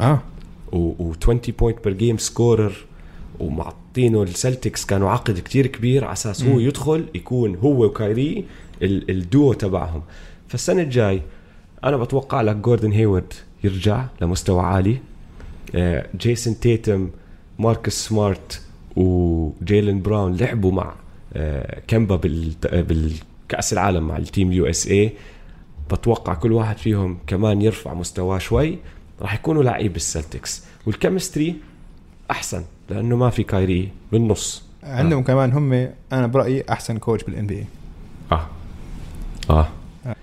Speaker 2: اه
Speaker 1: و 20 بوينت بير جيم سكورر ومعطينه السلتكس كانوا عقد كتير كبير على اساس هو يدخل يكون هو وكايري ال- الدوو تبعهم فالسنه الجاي انا بتوقع لك جوردن هيورد يرجع لمستوى عالي آه، جيسون تيتم ماركس سمارت وجيلن براون لعبوا مع آه، كمبا بالت- آه، بالكاس العالم مع التيم يو اس اي بتوقع كل واحد فيهم كمان يرفع مستواه شوي راح يكونوا لعيب السلتكس والكيمستري احسن لانه ما في كايري بالنص
Speaker 2: عندهم كمان هم انا برايي احسن كوتش بالان بي
Speaker 1: اه اه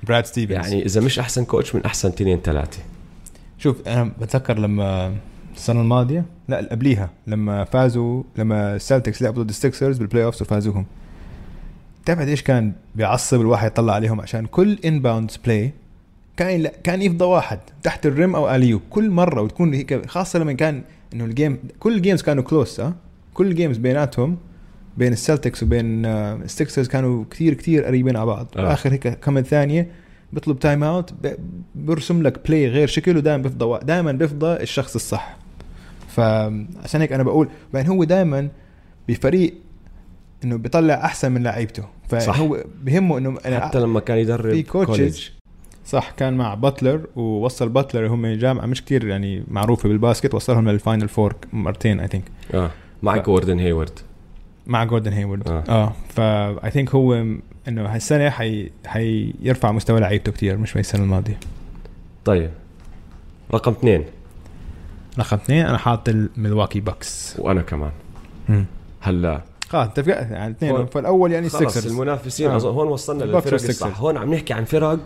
Speaker 2: براد ستيفنز
Speaker 1: يعني اذا مش احسن كوتش من احسن تنين ثلاثه
Speaker 2: شوف انا بتذكر لما السنه الماضيه لا اللي قبليها لما فازوا لما السلتكس لعبوا ضد السكسرز بالبلاي اوفز وفازوهم تعرف ايش كان بيعصب الواحد يطلع عليهم عشان كل انباوندز بلاي كان لا كان يفضى واحد تحت الريم او اليو كل مره وتكون هيك خاصه لما كان انه الجيم كل الجيمز كانوا كلوس اه كل الجيمز بيناتهم بين السلتكس وبين آه، السكسرز كانوا كثير كثير قريبين على بعض
Speaker 1: آه.
Speaker 2: آه. اخر هيك كم ثانيه بيطلب تايم اوت ب- برسم لك بلاي غير شكله دائما بيفضى دائما بيفضى الشخص الصح فعشان هيك انا بقول بعدين هو دائما بفريق انه بيطلع احسن من لعيبته فهو بهمه انه
Speaker 1: حتى لما كان يدرب
Speaker 2: في coaches.
Speaker 1: كوليدج
Speaker 2: صح كان مع باتلر ووصل باتلر هم جامعه مش كتير يعني معروفه بالباسكت وصلهم للفاينل فور مرتين اي ثينك
Speaker 1: اه مع
Speaker 2: ف-
Speaker 1: جوردن هيورد
Speaker 2: مع جوردن هيورد
Speaker 1: آه.
Speaker 2: اه, آه. فا اي ثينك هو م- انه هالسنه حي حيرفع مستوى لعيبته كتير مش زي السنه الماضيه
Speaker 1: طيب رقم اثنين
Speaker 2: رقم اثنين انا حاط الملواكي باكس
Speaker 1: وانا كمان هلا
Speaker 2: خلاص اتفقنا يعني
Speaker 1: هون-
Speaker 2: الاثنين فالاول يعني
Speaker 1: خلص
Speaker 2: السكسرز
Speaker 1: المنافسين
Speaker 2: آه.
Speaker 1: آه. هون وصلنا
Speaker 2: الباكس
Speaker 1: للفرق
Speaker 2: والسكسرز.
Speaker 1: الصح هون عم نحكي عن فرق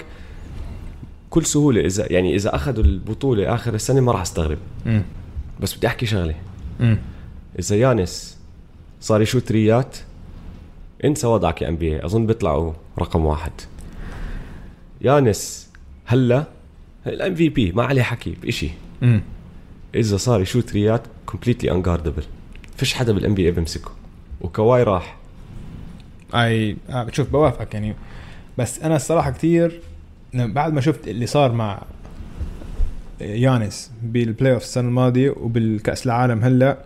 Speaker 1: كل سهوله اذا يعني اذا اخذوا البطوله اخر السنه ما راح استغرب
Speaker 2: مم.
Speaker 1: بس بدي احكي شغله
Speaker 2: مم.
Speaker 1: اذا يانس صار يشوت ريات انسى وضعك يا ام بي اظن بيطلعوا رقم واحد يانس هلا الام في بي ما عليه حكي بشيء
Speaker 2: مم.
Speaker 1: اذا صار يشوت ريات كومبليتلي انجاردبل فيش حدا بالان بي اي بيمسكه وكواي راح
Speaker 2: اي آه، بتشوف بوافقك يعني بس انا الصراحه كثير بعد ما شفت اللي صار مع يانس بالبلاي اوف السنه الماضيه وبالكاس العالم هلا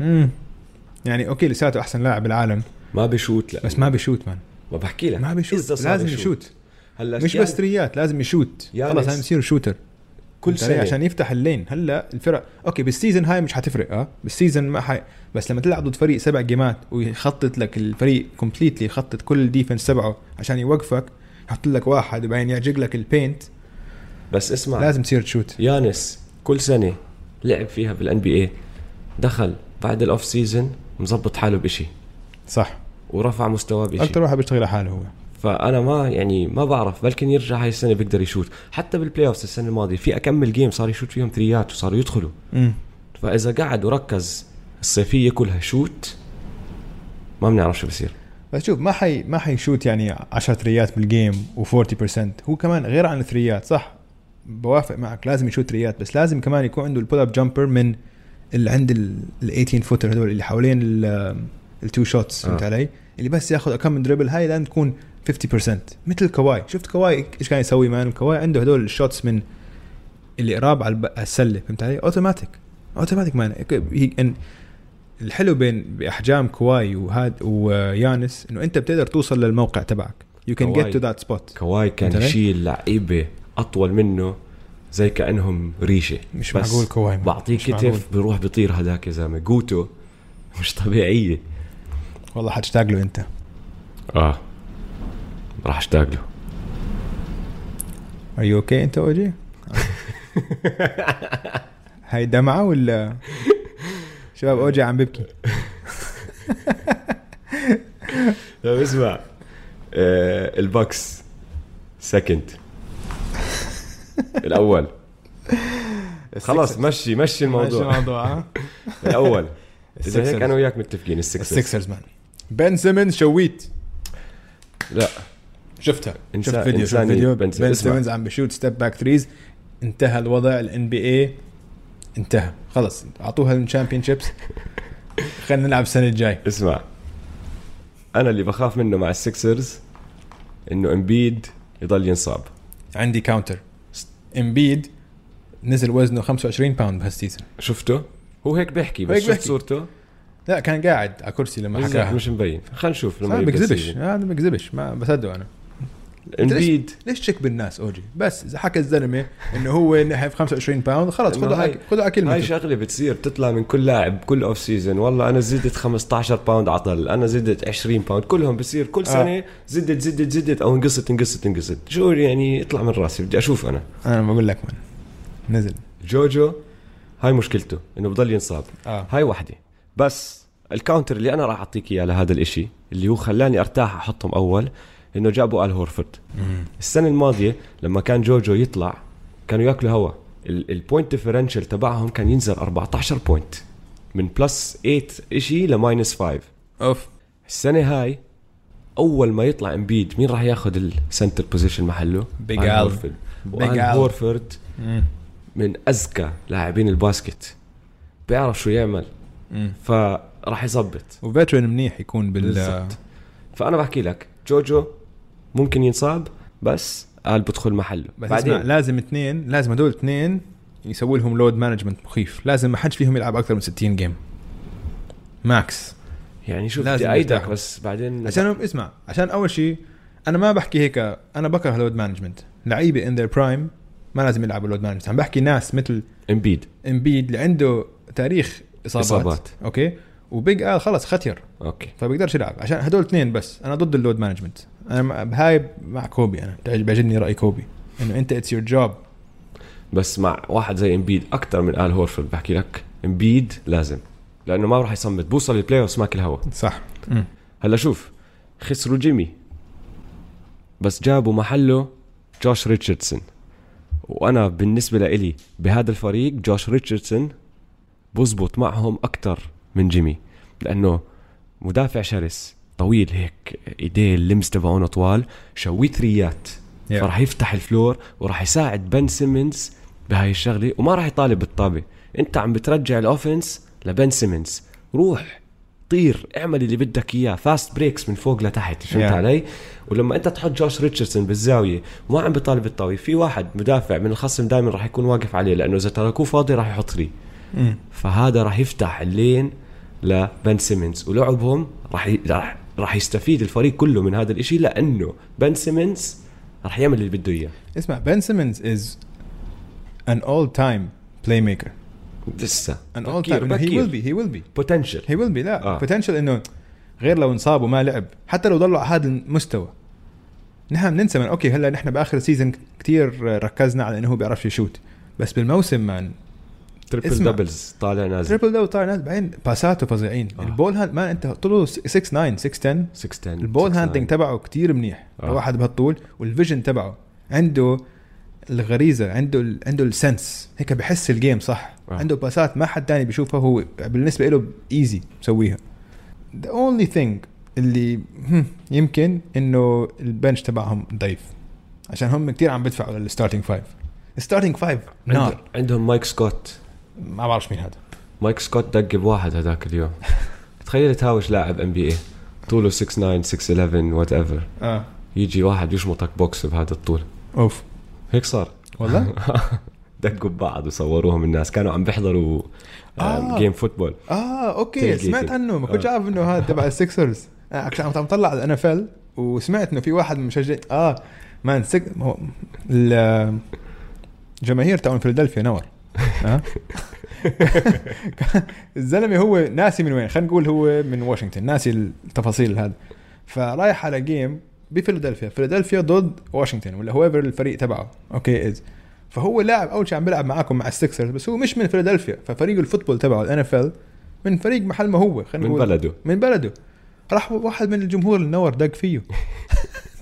Speaker 2: امم يعني اوكي لساته احسن لاعب بالعالم
Speaker 1: ما بشوت لا
Speaker 2: بس ما بيشوت مان
Speaker 1: ما بحكي لك
Speaker 2: ما
Speaker 1: إذا
Speaker 2: بيشوت
Speaker 1: صار
Speaker 2: لازم يشوت
Speaker 1: هلا
Speaker 2: مش
Speaker 1: يعني
Speaker 2: بس تريات لازم يشوت
Speaker 1: يانس
Speaker 2: خلص لازم يصير شوتر
Speaker 1: كل
Speaker 2: أنت عليه
Speaker 1: سنه
Speaker 2: عشان يفتح اللين هلا الفرق اوكي بالسيزون هاي مش حتفرق اه بالسيزون ما حي بس لما تلعب ضد فريق سبع جيمات ويخطط لك الفريق كومبليتلي يخطط كل الديفنس تبعه عشان يوقفك يحط لك واحد وبعدين يعجق لك البينت
Speaker 1: بس اسمع
Speaker 2: لازم تصير تشوت
Speaker 1: يانس كل سنه لعب فيها بالان بي اي دخل بعد الاوف سيزون مزبط حاله بشيء
Speaker 2: صح
Speaker 1: ورفع مستواه بشيء
Speaker 2: اكثر واحد بيشتغل على حاله هو
Speaker 1: فانا ما يعني ما بعرف بلكن يرجع هاي السنه بيقدر يشوت حتى بالبلاي اوف السنه الماضيه في اكمل جيم صار يشوت فيهم ثريات وصاروا يدخلوا
Speaker 2: امم
Speaker 1: فاذا قعد وركز الصيفيه كلها شوت ما بنعرف شو بصير
Speaker 2: بس شوف ما حي ما حيشوت يعني 10 ثريات بالجيم و40% هو كمان غير عن الثريات صح بوافق معك لازم يشوت ثريات بس لازم كمان يكون عنده البول اب جامبر من اللي عند ال 18 فوتر هذول اللي حوالين التو شوتس فهمت
Speaker 1: آه.
Speaker 2: علي؟ اللي بس ياخذ كم من دربل هاي لازم تكون 50% مثل كواي شفت كواي ايش كان يسوي مان كواي عنده هذول الشوتس من اللي قراب على الب- على السله فهمت علي؟ اوتوماتيك اوتوماتيك مان هي- الحلو بين باحجام كواي وهاد ويانس انه انت بتقدر توصل للموقع تبعك يو كان
Speaker 1: كواي.
Speaker 2: جيت تو ذات سبوت
Speaker 1: كواي كان
Speaker 2: انت ليه؟
Speaker 1: يشيل لعيبه اطول منه زي كانهم ريشه
Speaker 2: مش
Speaker 1: بس
Speaker 2: معقول كواي مان.
Speaker 1: بعطيه
Speaker 2: مش معقول.
Speaker 1: كتف بروح بيطير هداك يا زلمه قوته مش طبيعيه
Speaker 2: والله حتشتاق له انت
Speaker 1: اه راح اشتاق له
Speaker 2: ار يو اوكي انت اوجي هاي دمعه ولا شباب اوجي عم ببكي
Speaker 1: طيب اسمع آه البكس سكند الاول خلاص مشي مشي الموضوع
Speaker 2: الموضوع
Speaker 1: الاول اذا هيك
Speaker 2: السكسرز.
Speaker 1: انا وياك متفقين السكسرز
Speaker 2: السكسرز مان بن سيمنز شويت
Speaker 1: لا
Speaker 2: شفتها
Speaker 1: إنسان-
Speaker 2: شفت فيديو شفت
Speaker 1: إنساني
Speaker 2: فيديو
Speaker 1: بن
Speaker 2: بن
Speaker 1: سيمنز. اسمع.
Speaker 2: سيمنز عم بشوت ستيب باك ثريز انتهى الوضع الان بي اي انتهى خلص اعطوها الشامبيون شيبس خلينا نلعب السنه الجاي
Speaker 1: اسمع انا اللي بخاف منه مع السكسرز انه امبيد يضل ينصاب
Speaker 2: عندي كاونتر امبيد نزل وزنه 25 باوند بهالسيزون
Speaker 1: شفته هو هيك بيحكي بس
Speaker 2: هيك
Speaker 1: شفت
Speaker 2: بيحكي.
Speaker 1: صورته
Speaker 2: لا كان قاعد على كرسي لما
Speaker 1: بالضبط،
Speaker 2: حكاها
Speaker 1: مش مبين خلينا نشوف
Speaker 2: انا
Speaker 1: يبدأ
Speaker 2: بكذبش
Speaker 1: السيزون.
Speaker 2: انا ما بكذبش ما بصدق انا
Speaker 1: امبيد
Speaker 2: ليش تشك بالناس اوجي بس اذا حكى الزلمه انه هو نحف 25 باوند خلص
Speaker 1: إنه
Speaker 2: خذوا
Speaker 1: هاي-
Speaker 2: على- خذوا على
Speaker 1: هاي
Speaker 2: كلمته
Speaker 1: شغله بتصير بتطلع من كل لاعب كل اوف سيزون والله انا زدت 15 باوند عضل انا زدت 20 باوند كلهم بصير كل سنه زدت زدت زدت او انقصت انقصت انقصت شو يعني اطلع من راسي بدي اشوف انا
Speaker 2: انا بقول لك من نزل
Speaker 1: جوجو هاي مشكلته انه بضل ينصاب
Speaker 2: اه
Speaker 1: هاي وحده بس الكاونتر اللي انا راح اعطيك اياه لهذا الاشي اللي هو خلاني ارتاح احطهم اول انه جابوا ال هورفورد السنه الماضيه لما كان جوجو يطلع كانوا ياكلوا هوا البوينت ديفرنشال تبعهم كان ينزل 14 بوينت من بلس 8 اشي لماينس 5
Speaker 2: اوف
Speaker 1: السنه هاي اول ما يطلع امبيد مين راح ياخذ السنتر بوزيشن محله آل
Speaker 2: Big Al.
Speaker 1: هورفورد وآل
Speaker 2: Al.
Speaker 1: هورفورد
Speaker 2: مم.
Speaker 1: من اذكى لاعبين الباسكت بيعرف شو يعمل
Speaker 2: مم.
Speaker 1: فراح يظبط
Speaker 2: وفيترن منيح يكون بال
Speaker 1: بالضبط. فانا بحكي لك جوجو ممكن ينصاب بس قال بدخل محله
Speaker 2: بس اسمع
Speaker 1: بعدين
Speaker 2: لازم اثنين لازم هدول اثنين يسووا لهم لود مانجمنت مخيف لازم ما حدش فيهم يلعب اكثر من 60 جيم ماكس
Speaker 1: يعني شوف
Speaker 2: لازم
Speaker 1: بدي ايدك
Speaker 2: يرتاحوا.
Speaker 1: بس بعدين
Speaker 2: عشان اسمع عشان اول شيء انا ما بحكي هيك انا بكره اللود مانجمنت لعيبه ان ذير برايم ما لازم يلعبوا لود مانجمنت عم بحكي ناس مثل
Speaker 1: امبيد
Speaker 2: امبيد اللي عنده تاريخ اصابات,
Speaker 1: إصابات.
Speaker 2: اوكي وبيج ال خلص ختير
Speaker 1: اوكي
Speaker 2: فبيقدرش يلعب عشان هدول اثنين بس انا ضد اللود مانجمنت انا مع- بهاي مع كوبي انا بتعج- بيعجبني راي كوبي انه انت اتس يور جوب
Speaker 1: بس مع واحد زي امبيد اكثر من ال هورفورد بحكي لك امبيد لازم لانه ما راح يصمد بوصل البلاي اوف ماكل هوا
Speaker 2: صح
Speaker 1: هلا شوف خسروا جيمي بس جابوا محله جوش ريتشاردسون وانا بالنسبه لإلي بهذا الفريق جوش ريتشاردسون بزبط معهم اكثر من جيمي لانه مدافع شرس طويل هيك ايديه اللمس تبعونه طوال شوي ثريات
Speaker 2: Yeah.
Speaker 1: فراح يفتح الفلور وراح يساعد بن سيمنز بهاي الشغله وما راح يطالب بالطابه انت عم بترجع الاوفنس لبن سيمنز روح طير اعمل اللي بدك اياه فاست بريكس من فوق لتحت فهمت
Speaker 2: Yeah.
Speaker 1: yeah. علي ولما انت تحط جوش ريتشاردسون بالزاويه وما عم بيطالب الطاوله في واحد مدافع من الخصم دائما راح يكون واقف عليه لانه اذا تركوه فاضي راح يحط ثري
Speaker 2: مم.
Speaker 1: فهذا راح يفتح اللين لبن سيمنز ولعبهم راح ي- راح راح يستفيد الفريق كله من هذا الاشي لانه بن سيمنز راح يعمل اللي بده اياه
Speaker 2: اسمع بن سيمنز از an all time playmaker
Speaker 1: لسه
Speaker 2: an all time إنه he will be he will be
Speaker 1: بوتنشل
Speaker 2: he will be لا
Speaker 1: آه.
Speaker 2: potential انه غير لو انصاب وما لعب حتى لو ضلوا على هذا المستوى نحن بننسى من اوكي هلا نحن باخر سيزون كتير ركزنا على انه هو بيعرفش يشوت بس بالموسم مان
Speaker 1: تريبل
Speaker 2: اسمع.
Speaker 1: دبلز طالع نازل
Speaker 2: تريبل داون طالع ناس بعدين باساته فظيعين
Speaker 1: آه.
Speaker 2: البول هاند مان انت طوله 6 9 6 10
Speaker 1: 6 10
Speaker 2: البول هاندلنج تبعه كتير منيح
Speaker 1: آه.
Speaker 2: واحد بهالطول والفيجن تبعه عنده الغريزه عنده ال... عنده السنس هيك بحس الجيم صح
Speaker 1: آه.
Speaker 2: آه. عنده باسات ما حد تاني بيشوفها هو بالنسبه له ايزي مسويها the only thing اللي هم، يمكن انه البنش تبعهم ضعيف عشان هم كتير عم بدفعوا للستارتنج فايف الستارتنج فايف نار
Speaker 1: نار عندهم مايك سكوت
Speaker 2: ما بعرفش مين هذا
Speaker 1: مايك سكوت دق بواحد هذاك اليوم تخيل تهاوش لاعب ام بي اي طوله 6 9 6 11 وات ايفر
Speaker 2: اه
Speaker 1: يجي واحد يشمطك بوكس بهذا الطول
Speaker 2: اوف
Speaker 1: هيك صار
Speaker 2: والله
Speaker 1: دقوا ببعض وصوروهم الناس كانوا عم بيحضروا
Speaker 2: آه.
Speaker 1: آه. جيم فوتبول
Speaker 2: اه اوكي
Speaker 1: Tailgating.
Speaker 2: سمعت عنه ما كنتش
Speaker 1: آه.
Speaker 2: عارف انه هذا تبع آه، السكسرز انا كنت عم طلع على الان اف ال وسمعت انه في واحد من مشجع اه مان سك... هو ال- الجماهير تاعون فيلادلفيا نور آه؟ الزلمه هو ناسي من وين خلينا نقول هو من واشنطن ناسي التفاصيل هذا فرايح على جيم بفيلادلفيا فيلادلفيا ضد واشنطن ولا هو الفريق تبعه اوكي از فهو لاعب اول شيء عم بيلعب معاكم مع السكسرز بس هو مش من فيلادلفيا ففريق الفوتبول تبعه الان اف ال من فريق محل ما هو خلينا
Speaker 1: من
Speaker 2: نقول
Speaker 1: بلده
Speaker 2: من بلده راح واحد من الجمهور النور دق فيه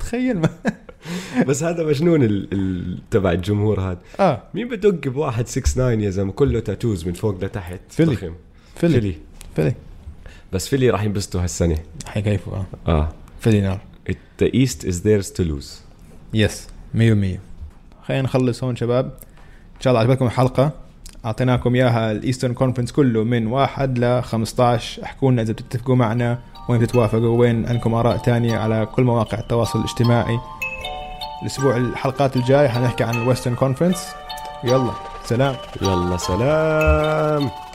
Speaker 2: تخيل ما
Speaker 1: بس هذا مجنون ال- ال- تبع الجمهور هذا
Speaker 2: اه
Speaker 1: مين بدق بواحد 6 9 يا زلمه كله تاتوز من فوق لتحت
Speaker 2: فيلي.
Speaker 1: فخم.
Speaker 2: فيلي
Speaker 1: فيلي
Speaker 2: فيلي
Speaker 1: بس فيلي راح ينبسطوا هالسنه
Speaker 2: حيكيفوا اه
Speaker 1: اه
Speaker 2: فيلي نار
Speaker 1: ذا ايست از ذيرز تو لوز
Speaker 2: يس 100% خلينا نخلص هون شباب ان شاء الله عجبتكم الحلقه اعطيناكم اياها الايسترن كونفرنس كله من واحد ل 15 احكوا لنا اذا بتتفقوا معنا وين بتتوافقوا وين عندكم اراء تانية على كل مواقع التواصل الاجتماعي الاسبوع الحلقات الجايه حنحكي عن الويسترن كونفرنس يلا سلام
Speaker 1: يلا سلام